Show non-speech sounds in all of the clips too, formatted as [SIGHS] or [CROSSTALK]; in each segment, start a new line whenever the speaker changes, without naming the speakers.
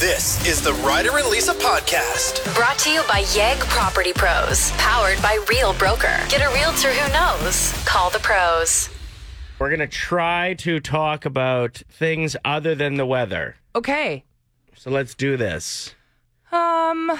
This is the Ryder and Lisa podcast.
Brought to you by Yegg Property Pros, powered by Real Broker. Get a realtor who knows. Call the pros.
We're going to try to talk about things other than the weather.
Okay.
So let's do this.
Um.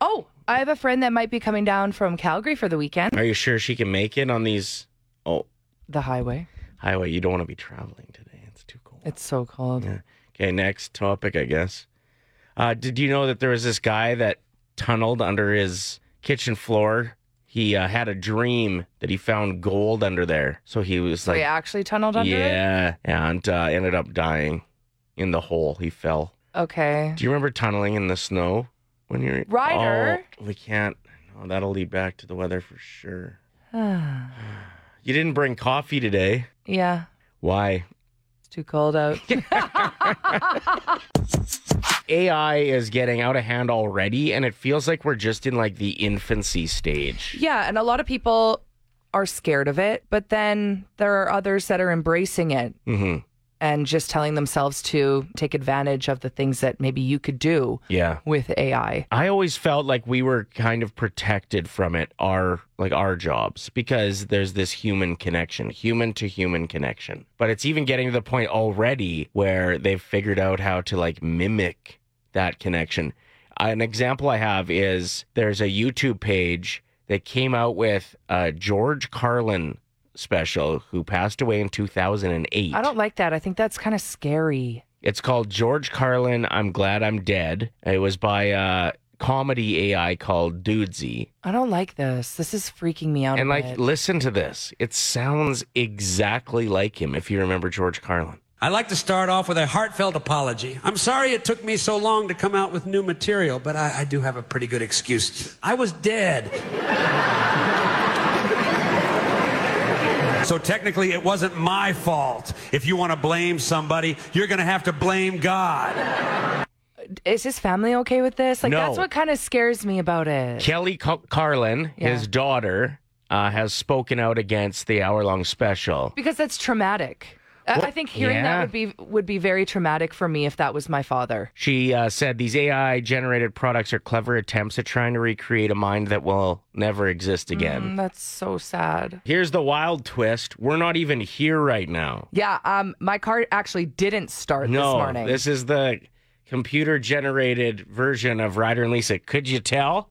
Oh, I have a friend that might be coming down from Calgary for the weekend.
Are you sure she can make it on these? Oh,
The highway.
highway. You don't want to be traveling today. It's too cold.
It's so cold.
Yeah. Okay, next topic, I guess. Uh, did you know that there was this guy that tunneled under his kitchen floor? He uh, had a dream that he found gold under there. So he was
So
like,
he actually tunneled under it?
yeah, and uh, ended up dying in the hole. He fell.
Okay. [SIGHS]
Do you remember tunneling in the snow when you're
Ryder?
Oh, we can't. No, that'll lead back to the weather for sure. You didn't bring coffee today.
yeah.
Why?
It's too
[LAUGHS]
cold out.
AI is getting out of hand already, and it feels like we're just in like the infancy stage.
yeah. And a lot of people are scared of it, but then there are others that are embracing it
hmm
and just telling themselves to take advantage of the things that maybe you could do
Yeah.
with AI.
I always felt like we were kind of protected from it, our like our jobs, because there's this human connection, human to human connection. But it's even getting to the point already where they've figured out how to like mimic that connection. Uh, An example I have is there's a YouTube page that came out with a George Carlin special who passed away in 2008.
I don't like that. I think that's kind of scary.
It's called George Carlin. I'm glad I'm dead. It was by a comedy AI called Dudesy,
I don't like this. This is freaking me out.
and
a
like,
bit.
listen to this. It sounds exactly like him. If you remember George Carlin,
I'd like to start off with a heartfelt apology. I'm sorry it took me so long to come out with new material, but I, I do have a pretty good excuse. I was dead. so technically, it wasn't my fault. If you want to blame somebody, you're going to have to blame God.
is his family okay with this? Like
No.
that's what kind of scares me about it.
Kelly Car- Carlin,
Yeah.
his daughter, uh, has spoken out against the hour-long special.
Because that's traumatic. I- I think hearing
yeah.
that would be would be very traumatic for me if that was my father.
She uh, said these AI generated products are clever attempts at trying to recreate a mind that will never exist again.
Mm, That's so sad.
Here's the wild twist we're not even here right now.
Yeah, um my car actually didn't start
no,
this morning.
This is the computer generated version of Ryder and Lisa. Could you tell?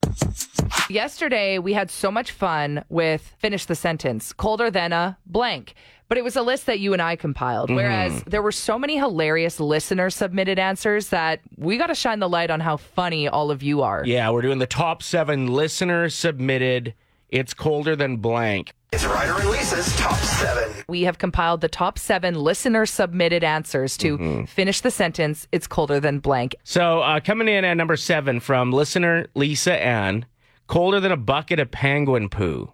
Yesterday we had so much fun with finish the sentence, colder than a blank. But it was a list that you and I compiled.
Mm-hmm.
Whereas there were so many hilarious listener submitted answers that we got to shine the light on how funny all of you are.
Yeah, we're doing the top seven listener submitted. It's colder than blank.
It's Ryder and Lisa's top seven.
we have compiled the top seven listener submitted answers to
Mm-hmm.
finish the sentence. It's colder than blank.
So uh, coming in at number seven from listener Lisa Ann, colder than a bucket of penguin
[LAUGHS]
poo.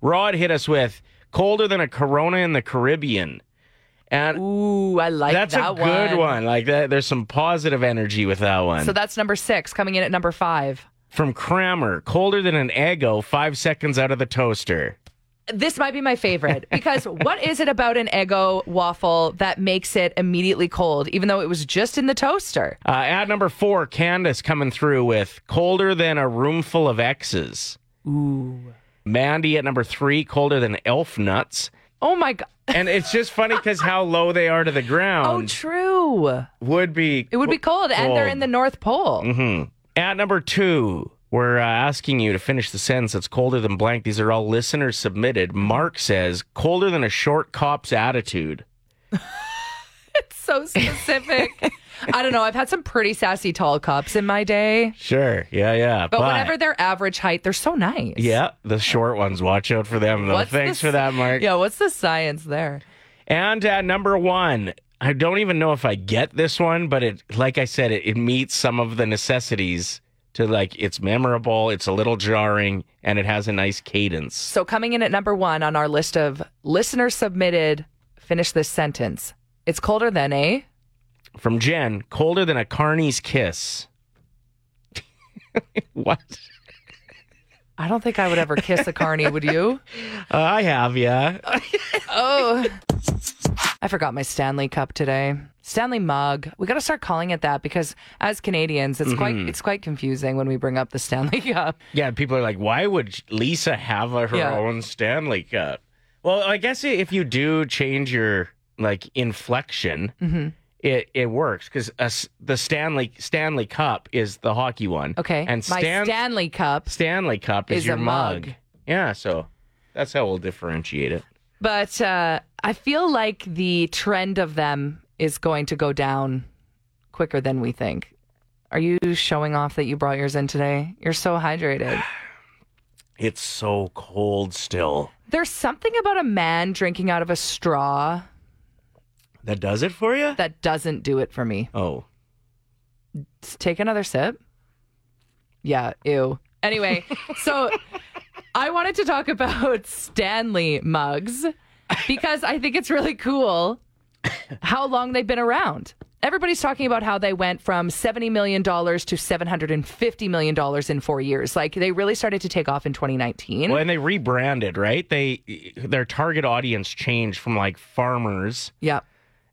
Rod hit us with colder than a Corona in the Caribbean, and
Ooh, I like
that's
that
a good one. Like that, there's some positive energy with that one.
So that's number six coming in at number five.
from Kramer, colder than an Eggo, five seconds out of the toaster.
This might be
[LAUGHS]
my favorite because what is it about an Eggo waffle that makes it immediately cold, even though it was just in the toaster?
Uh, at number four, Candace coming through with colder than a room full of exes. Ooh. Mandy at number three, colder than elf nuts.
Oh my God.
And it's just funny because
[LAUGHS]
how low they are to the
Oh,
ground
true.
would be. Mm-hmm.
It would be cold, and they're in the North Pole.
Mm. At number two, we're uh, asking you to finish the sentence that's colder than blank. These are all listeners submitted. Mark says, colder than a short cop's attitude.
It's so specific. I don't know. I've had some pretty sassy tall cups in my day.
Sure. Yeah, yeah.
But, whatever their average height, they're so nice.
Yeah, the short ones. Watch out for them, though.
What's
Thanks
the
for that, Mark.
Yeah, what's the science there?
And at number one, I don't even know if I get this one, but it, like I said, it, it meets some of the necessities to like, it's memorable, it's a little jarring, and it has a nice cadence.
So coming in at number one on our list of listener submitted, finish this sentence. It's colder than a.
From Jen, colder than a carney's kiss. [LAUGHS] what?
I don't think
[LAUGHS]
I would ever kiss a carny, would you?
Uh, I have, yeah.
Oh, I forgot my Stanley Cup today. Stanley mug. We got to start calling it that because as Canadians, it's quite
Mm-hmm.
it's quite confusing when we bring up the Stanley [LAUGHS] Cup.
Yeah, people are like, why would Lisa have a, her
Yeah.
own Stanley Cup? Well, I guess i- if you do change your like inflection,
Mm-hmm.
it it works because the Stanley Stanley Cup is the hockey one.
Okay.
and
my
Stan,
Stanley Cup.
Stanley Cup is,
is a
your mug.
mug.
Yeah, so that's how we'll differentiate it.
But uh, I feel like the trend of them is going to go down quicker than we think. Are you showing off that you brought yours in today? You're so hydrated.
It's so cold still.
There's something about a man drinking out of a straw
That does it for you.
that doesn't do it for me.
oh,
S- Take another sip. Yeah, ew. Anyway, so I wanted to talk about Stanley mugs because I think it's really cool how long they've been around. Everybody's talking about how they went from $70 million to $750 million in four years. Like they really started to take off in 2019.
well, and they rebranded, right? They their target audience changed from like farmers
Yeah.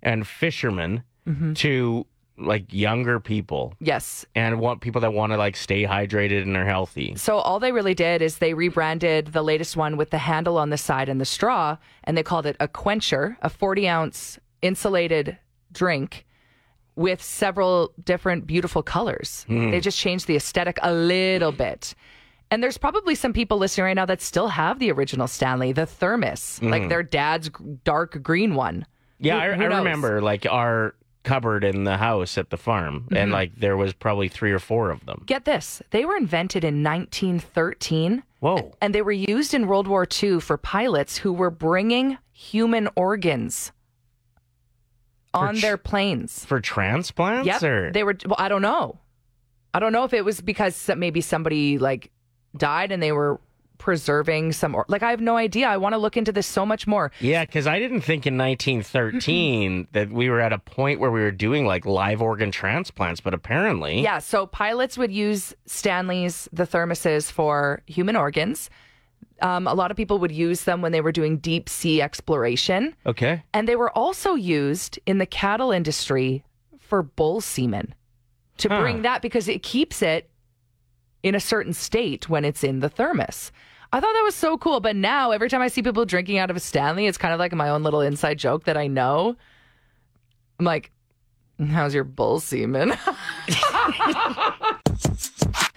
and fishermen
Mm-hmm.
to like younger people
Yes.
and want people that want to like stay hydrated and are healthy.
So all they really did is they rebranded the latest one with the handle on the side and the straw, and they called it a quencher, a 40 ounce insulated drink with several different beautiful colors. They just changed the aesthetic a little bit. And there's probably some people listening right now that still have the original Stanley, the thermos, like their dad's g- dark green one.
Yeah,
Who-
I,
who
I
knows?
remember like our cupboard in the house at the farm,
Mm-hmm.
and like there was probably three or four of them.
Get this, they were invented in 1913.
Whoa.
and they were used in World War II for pilots who were bringing human organs on
ch-
their planes.
For transplants
Yep,
or
they were. Well, I don't know. I don't know if it was because some- maybe somebody like died and they were preserving some. Or- like I have no idea. I want to look into this so much more.
Yeah, because I didn't think in
[LAUGHS]
1913 that we were at a point where we were doing like live organ transplants, but apparently,
Yeah, so pilots would use Stanley's, the thermoses for human organs. Um, a lot of people would use them when they were doing deep sea exploration.
Okay.
And they were also used in the cattle industry for bull semen to
Huh.
bring that because it keeps it in a certain state when it's in the thermos. I thought that was so cool. But now every time I see people drinking out of a Stanley, it's kind of like my own little inside joke that I know. I'm like, how's your bull semen? [LAUGHS]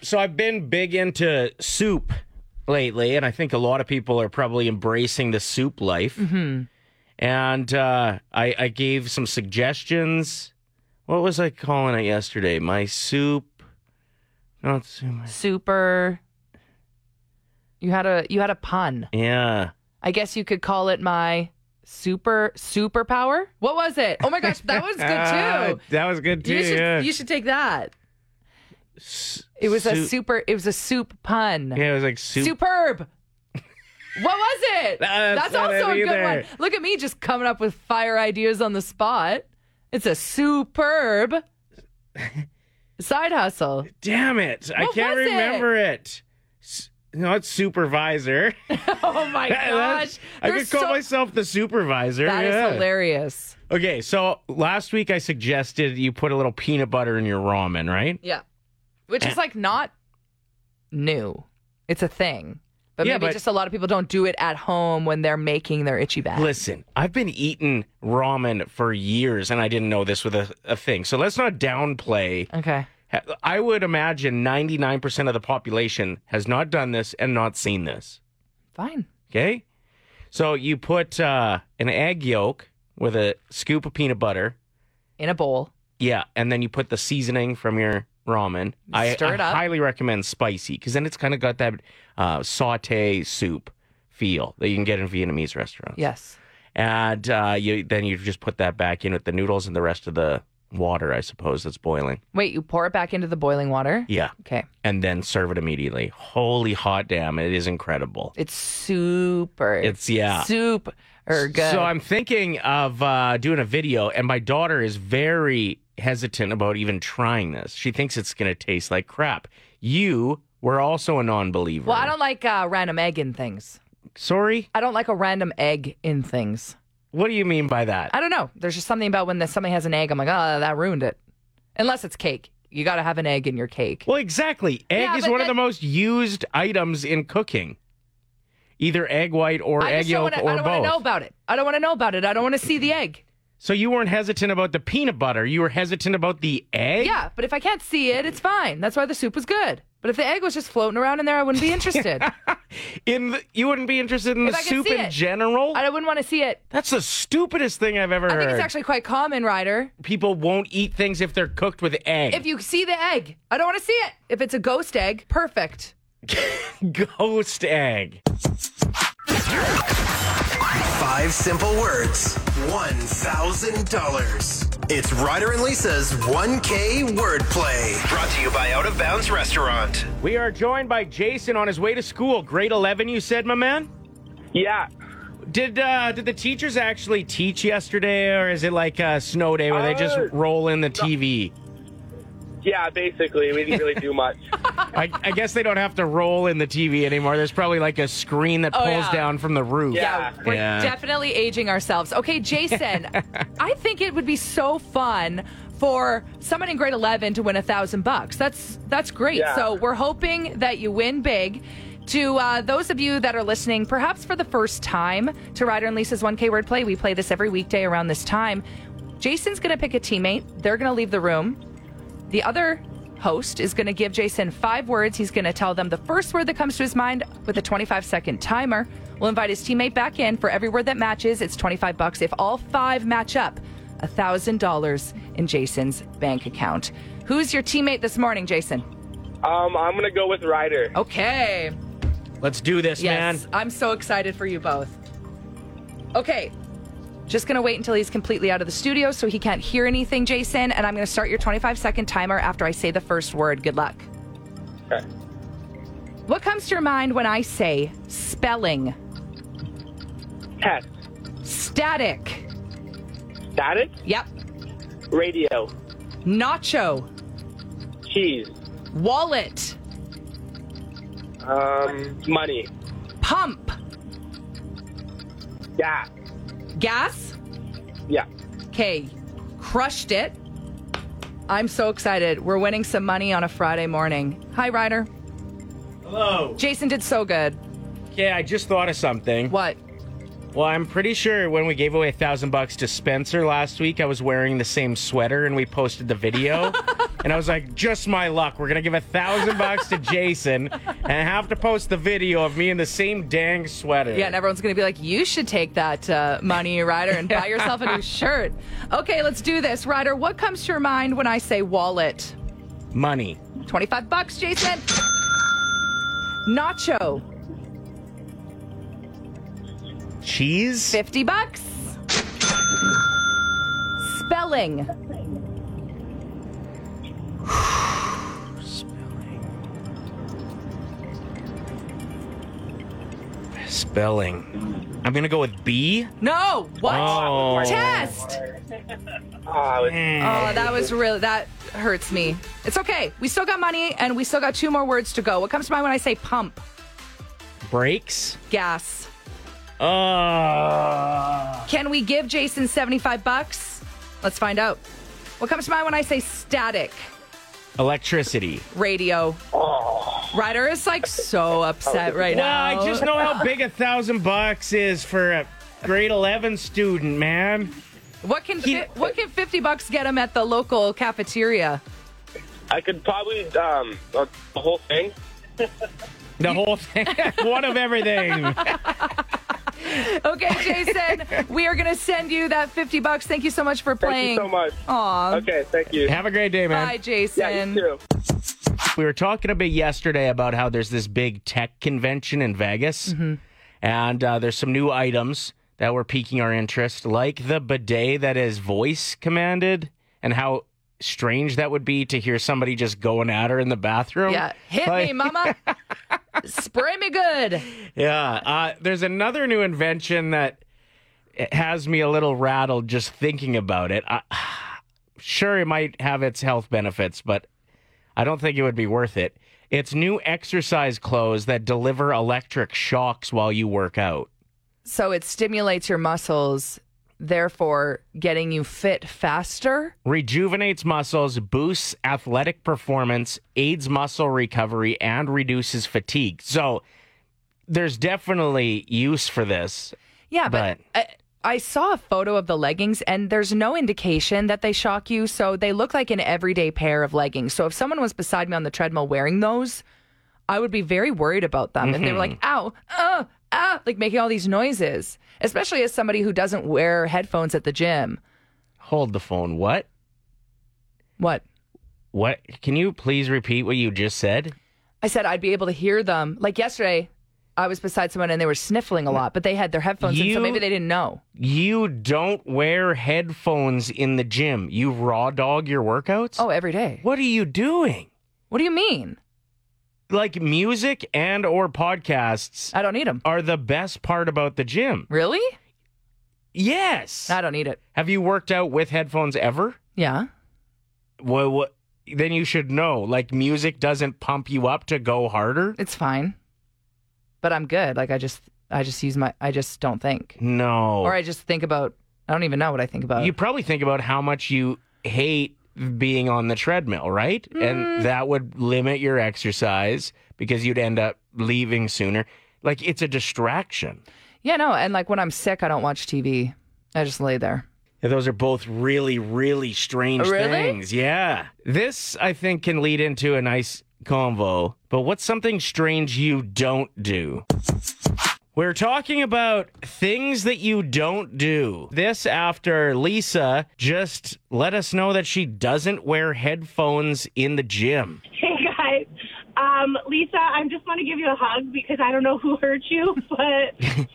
So I've been big into soup lately, and I think a lot of people are probably embracing the soup life.
Mm-hmm.
And uh, I, I gave some suggestions. What was I calling it yesterday? My soup. Not soup. my-
Super. You had a you had a pun.
Yeah.
I guess you could call it my super superpower. What was it? Oh my gosh, that
[LAUGHS]
was good too.
Ah, that was good too.
You should
yeah.
you should take that. It was a
Soup-
super. It was a soup pun.
Yeah, it was like soup.
Superb. what was it?
That's not
also a
it
good one.
either.
Look at me just coming up with fire ideas on the spot. It's a superb
[LAUGHS]
side hustle.
Damn it! I
What
can't
was it?
remember it. S- No, it's supervisor.
Oh
[LAUGHS]
my gosh!
I
There's
could call
so-
myself the supervisor.
That is
yeah.
hilarious.
Okay, so last week I suggested you put a little peanut butter in your ramen, right?
Yeah, which is like not new. It's a thing, but
Yeah,
maybe
but-
just a lot of people don't do it at home when they're making their itchy bag.
Listen, I've been eating ramen for years and I didn't know this was a, a thing. So let's not downplay.
Okay.
I would imagine 99% of the population has not done this and not seen this.
Fine.
Okay? So you put uh, an egg yolk with a scoop of peanut butter.
In a bowl.
Yeah, and then you put the seasoning from your ramen. I,
Stir it
I
up.
highly recommend spicy because then it's kind of got that uh, saute soup feel that you can get in Vietnamese restaurants.
Yes.
and uh, you then you just put that back in with the noodles and the rest of the water, I suppose, that's boiling.
Wait, you pour it back into the boiling water?
Yeah,
Okay.
and then serve it immediately. Holy hot damn! It is incredible.
It's super.
It's yeah.
Super good.
So I'm thinking of uh, doing a video, and my daughter is very hesitant about even trying this. She thinks it's going to taste like crap. You were also a non-believer.
well, I don't like uh, random egg in things.
Sorry.
I don't like a random egg in things.
What do you mean by that?
I don't know. There's just something about when the, something has an egg. I'm like, oh, that ruined it. Unless it's cake. You got to have an egg in your cake.
Well, exactly. Egg
Yeah,
is
but
one of
then-
the most used items in cooking. Either egg white or
I
egg
just don't
yolk
wanna,
or
I don't
both.
want to know about it. I don't want to know about it. I don't want to see the egg.
So you weren't hesitant about the peanut butter. You were hesitant about the egg?
Yeah, but if I can't see it, it's fine. That's why the soup was good. But if the egg was just floating around in there, I wouldn't
[LAUGHS]
be interested.
In the, you wouldn't be interested in
If
the
I could
soup
see
in
it.
general?
I wouldn't want to see it.
That's the stupidest thing I've ever
I
heard.
think it's actually quite common, Ryder.
People won't eat things if they're cooked with egg.
If you see the egg, I don't want to see it. If it's a ghost egg, perfect.
[LAUGHS] Ghost egg.
Five simple words, $1,000. It's Ryder and Lisa's 1K wordplay. Brought to you by Out of Bounds Restaurant.
We are joined by Jason on his way to school. Grade 11, you said, my man?
Yeah.
Did uh, did the teachers actually teach yesterday, or is it like a snow day where they just
Uh,
roll in the TV?
Yeah, basically. We didn't really do much.
I, I guess they don't have to roll in the TV anymore. There's probably like a screen that
Oh,
pulls
yeah.
down from the roof.
Yeah.
We're
Yeah.
definitely aging ourselves. Okay, Jason, I think it would be so fun for someone in grade 11 to win a thousand bucks. That's that's great.
Yeah.
So we're hoping that you win big. To uh, those of you that are listening, perhaps for the first time, to Ryder and Lisa's 1K word play, we play this every weekday around this time. Jason's going to pick a teammate. They're going to leave the room. The other host is going to give Jason five words. He's going to tell them the first word that comes to his mind with a 25 second timer. We'll invite his teammate back in for every word that matches. It's 25 bucks. If all five match up, $1,000 in Jason's bank account. Who's your teammate this morning, Jason?
Um, I'm going to go with Ryder.
Okay.
Let's do this,
Yes.
man.
I'm so excited for you both. Okay. Just going to wait until he's completely out of the studio so he can't hear anything, Jason. And I'm going to start your 25 second timer after I say the first word. Good luck.
Okay.
What comes to your mind when I say spelling,
Test.
static,
Static.
yep,
Radio.
nacho,
Cheese.
wallet,
Um, money.
pump,
Yeah.
gas?
Yeah.
Okay, crushed it. I'm so excited. We're winning some money on a Friday morning. Hi, Ryder.
Hello.
Jason did so good.
Okay, I just thought of something.
What?
Well, I'm pretty sure when we gave away a thousand bucks to Spencer last week, I was wearing the same sweater and we posted the video. and I was like, just my luck. We're going to give a thousand bucks to Jason and I have to post the video of me in the same dang sweater.
Yeah, and everyone's going to be like, you should take that uh, money, [LAUGHS] Ryder, and buy yourself a new shirt. Okay, let's do this. Ryder, what comes to your mind when I say wallet?
Money.
25 bucks, Jason. Nacho,
Cheese?
50 bucks. Spelling,
Spelling. I'm going to go with B.
no. What?
Oh.
Test.
Oh, it's
Oh,
Uh,
that was really, that hurts me. It's okay. We still got money and we still got two more words to go. What comes to mind when I say pump?
Brakes?
Gas.
Uh,
Can we give Jason 75 bucks? Let's find out. What comes to mind when I say static?
electricity.
Radio. Ryder is like so upset right
Well,
now.
I just know how big a thousand bucks is for a grade 11 student, man.
What can fi- what can fifty bucks get him at the local cafeteria?
I could probably, um, uh, the whole thing.
The whole thing. [LAUGHS] One of everything.
Okay, Jason,
[LAUGHS]
we are gonna send you that fifty bucks. Thank you so much for playing. Oh.
Thank you so much.
Aw.
Okay, thank you.
Have a great day, man.
Bye,
yeah,
Jason.
you too.
We were talking a bit yesterday about how there's this big tech convention in Vegas, and uh, there's some new items that were piquing our interest, like the bidet that is voice commanded, and how strange that would be to hear somebody just going at her in the bathroom.
yeah, hit
Like-
me, mama. Spray me good.
Yeah. Uh, there's another new invention that it has me a little rattled just thinking about it. I, sure, it might have its health benefits, but I don't think it would be worth it. It's new exercise clothes that deliver electric shocks while you work out.
So it stimulates your muscles therefore getting you fit faster.
Rejuvenates muscles, boosts athletic performance, aids muscle recovery, and reduces fatigue. So there's definitely use for this.
Yeah, but, I, I saw a photo of the leggings, and there's no indication that they shock you. So they look like an everyday pair of leggings. So if someone was beside me on the treadmill wearing those, I would be very worried about them. If they were like, ow, uh, ah, like making all these noises, especially as somebody who doesn't wear headphones at the gym.
Hold the phone. What?
What?
What? Can you please repeat what you just said?
I said I'd be able to hear them. Like yesterday, I was beside someone and they were sniffling a lot, but they had their headphones in, so
You-
maybe they didn't know.
You don't wear headphones in the gym. You raw dog your workouts?
Oh, every day.
What are you doing?
What do you mean?
Like music and or podcasts
I don't need them.
are the best part about the gym.
Really?
Yes.
I don't need it.
Have you worked out with headphones ever?
Yeah.
Well, what, then you should know. Like music doesn't pump you up to go harder.
It's fine. But I'm good. Like I just I just use my I just don't think.
No.
Or I just think about I don't even know what I think about.
Oh. you probably think about how much you hate being on the treadmill, right?
Mm.
And that would limit your exercise because you'd end up leaving sooner. Like it's a distraction.
yeah, no, and like when I'm sick I don't watch TV. I just lay there.
Yeah, those are both really, really strange
Oh, Really?
things. Yeah. This, I think, can lead into a nice convo. But what's something strange you don't do? We're talking about things that you don't do. This after Lisa just let us know that she doesn't wear headphones in the gym.
Hey guys, um, Lisa, I just want to give you a hug because I don't know who hurt you, [LAUGHS] but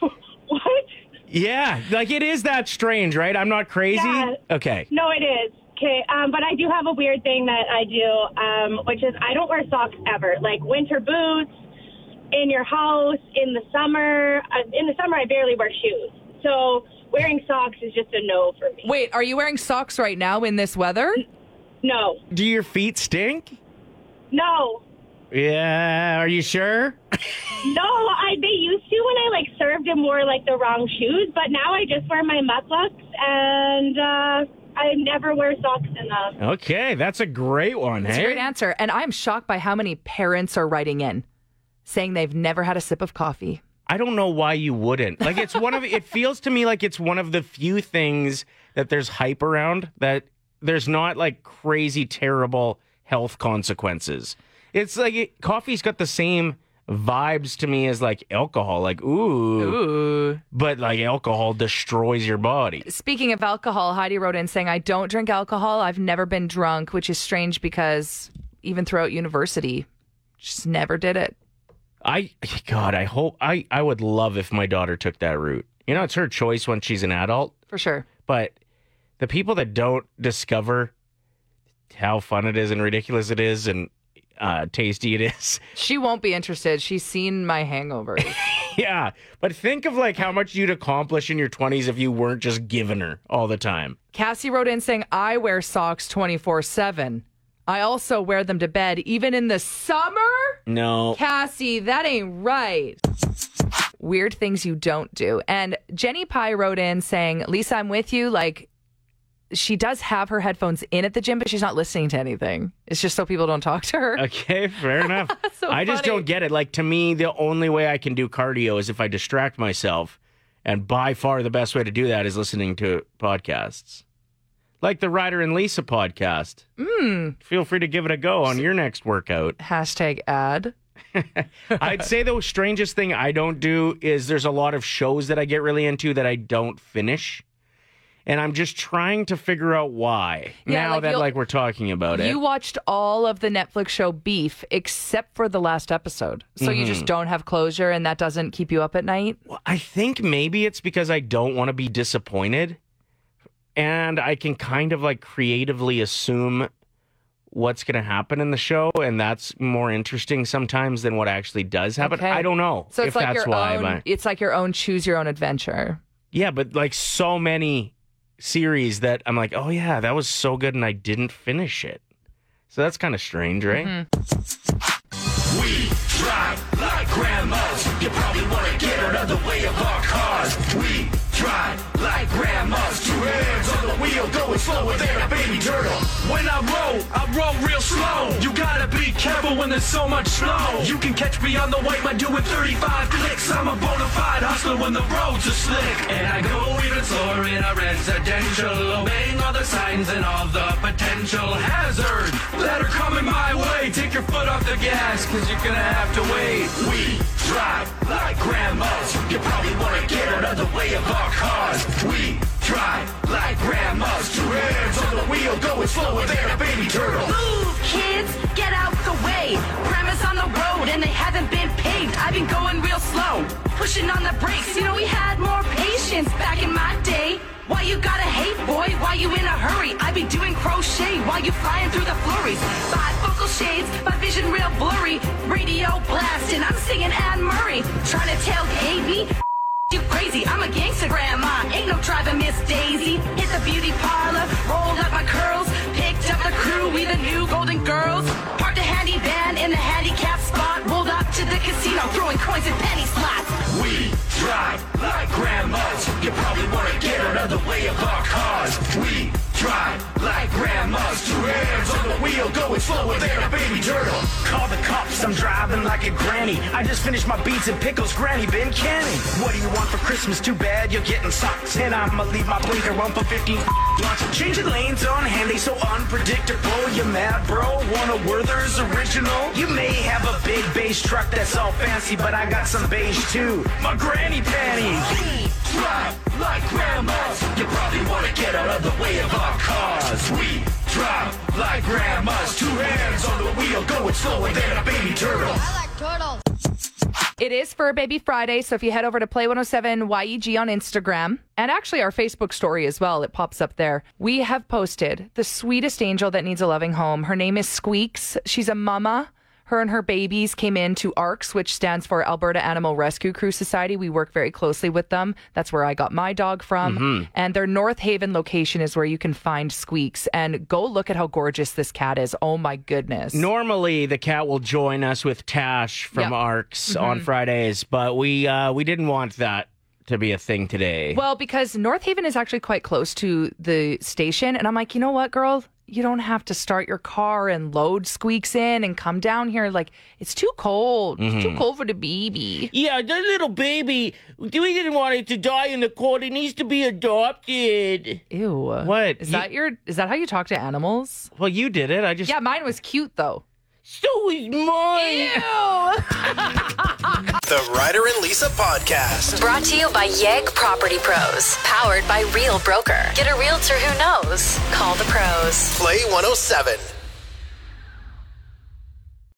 what?
Yeah, like it is that strange, right? I'm not crazy.
Yeah.
Okay.
No, it is. Okay, um, but I do have a weird thing that I do, um, which is I don't wear socks ever. Like winter boots, in your house, in the summer. Uh, in the summer, I barely wear shoes. So wearing socks is just a no for me.
Wait, are you wearing socks right now in this weather?
No,
Do your feet stink?
no,
Yeah, are you sure?
no. I they used to when I like served and wore like the wrong shoes, but now I just wear my mudlucks and uh, I never wear socks in them.
Okay, that's a great one.
That's
hey?
a great answer. And I'm shocked by how many parents are writing in saying they've never had a sip of coffee.
I don't know why you wouldn't. Like it's one of it feels to me like it's one of the few things that there's hype around that there's not like crazy terrible health consequences. It's like it, coffee's got the same vibes to me as like alcohol like ooh,
Ooh.
but like alcohol destroys your body.
Speaking of alcohol, Heidi wrote in saying, I don't drink alcohol. I've never been drunk, which is strange because even throughout university, just never did it.
I god, I hope I I would love if my daughter took that route. You know, it's her choice when she's an adult,
For sure.
but the people that don't discover how fun it is and ridiculous it is and uh, tasty it is. [LAUGHS]
She won't be interested. She's seen my hangover.
yeah. But think of like how much you'd accomplish in your 20s if you weren't just giving her all the time.
Cassie wrote in saying, I wear socks 24 7. I also wear them to bed, even in the summer?
No.
Cassie, that ain't right. Weird things you don't do. And Jenny Pie wrote in saying, Lisa, I'm with you. Like, she does have her headphones in at the gym, but she's not listening to anything. It's just so people don't talk to her.
Okay,
[LAUGHS]
fair enough.
So
I just
funny.
don't get it. Like to me, the only way I can do cardio is if I distract myself, and by far the best way to do that is listening to podcasts, like the Ryder and Lisa podcast.
Hmm.
Mm. Feel free to give it a go on your next workout.
Hashtag ad.
I'd say the strangest thing I don't do is there's a lot of shows that I get really into that I don't finish. And I'm just trying to figure out why.
Yeah,
now
like
that
you'll-
like we're talking about it.
You watched all of the Netflix show Beef except for the last episode. So you
Mm-hmm.
just don't have closure and that doesn't keep you up at night.
Well, I think maybe it's because I don't want to be disappointed. And I can kind of like creatively assume what's going to happen in the show. And that's more interesting sometimes than what actually does happen.
Okay.
I don't know
So it's
if
like
that's
your
why.
own
but-
it's like your own choose your own adventure.
yeah, but like so many series that I'm like, oh, yeah, that was so good. And I didn't finish it. So that's kind of strange, right?
We drive like grandmas. You probably want to get out of the way of our cars. We
Drive like grandma's two hands on the wheel, going slower than a baby turtle. When I roll, I roll real slow. You gotta be careful when there's so much snow. You can catch me on the way by doing 35 clicks. I'm a bona fide hustler when the roads are slick. And I go even slower in a residential, obeying all the signs and all the potential hazards that are coming my way. Take your foot off the gas, cause you're gonna have to wait. We drive like grandmas. You probably wanna get out of the way of our cars. We drive like grandmas. Two hands on the wheel, going slower than a baby turtle.
Move, kids, get out the way. Premise on the road and they haven't been paved. I've been going real slow, pushing on the brakes. You know, we had more patience back in my day. Why you gotta hate, boy? Why you in a hurry? I be doing crochet while you flying through the flurries. Bifocal shades, my vision real blurry. Radio blasting, I'm singing Anne Murray. Trying to tailgate me. You crazy, I'm a gangster grandma. Ain't no driving Miss Daisy. Hit the beauty parlor, rolled up my curls, picked up the crew, we the new golden girls. Parked a handy van in the handicap spot, rolled up to the casino, throwing coins and penny slots.
We drive like grandmas. You probably wanna get out of the way of our cars. We drive like grandmas. Two hands on the wheel, going slower than a baby turtle.
Call the cops, I'm driving like a granny. I just finished my beats and pickles, granny been canny. What do you want for Christmas? Too bad you're getting socks. And I'ma leave my blinker on for 15 blocks. Changing lanes on hand, they so unpredictable. You mad, bro? Want a Werther's original? You may have a big beige truck that's all fancy, but I got some beige too. My granny panties.
We drive like grandmas. You probably wanna get out of the way of our cars. We drive like grandmas. Two hands on the wheel, going slower than a baby turtle.
It is Fur Baby Friday, so if you head over to Play 107 YEG E on Instagram and actually our Facebook story as well, it pops up there. We have posted the sweetest angel that needs a loving home. Her name is Squeaks. She's a mama. Her and her babies came in to ARCS, which stands for Alberta Animal Rescue Crew Society. We work very closely with them. That's where I got my dog from. And their North Haven location is where you can find Squeaks. And go look at how gorgeous this cat is. Oh my goodness.
Normally, the cat will join us with Tash from
Yep.
Arcs on Fridays, but we uh, we didn't want that to be a thing today.
Well, because North Haven is actually quite close to the station. And I'm like, you know what, girl? You don't have to start your car and load squeaks in and come down here. Like, it's too cold. It's too cold for the baby.
Yeah, the little baby. We didn't want it to die in the cold. It needs to be adopted.
Ew.
What?
Is
You-
that your is that how you talk to animals?
Well, you did it. I just
Yeah, mine was cute though.
so is mine.
[LAUGHS]
The Ryder and Lisa podcast.
Brought to you by Yegg Property Pros, powered by Real Broker. Get a realtor who knows. Call the pros.
Play 107.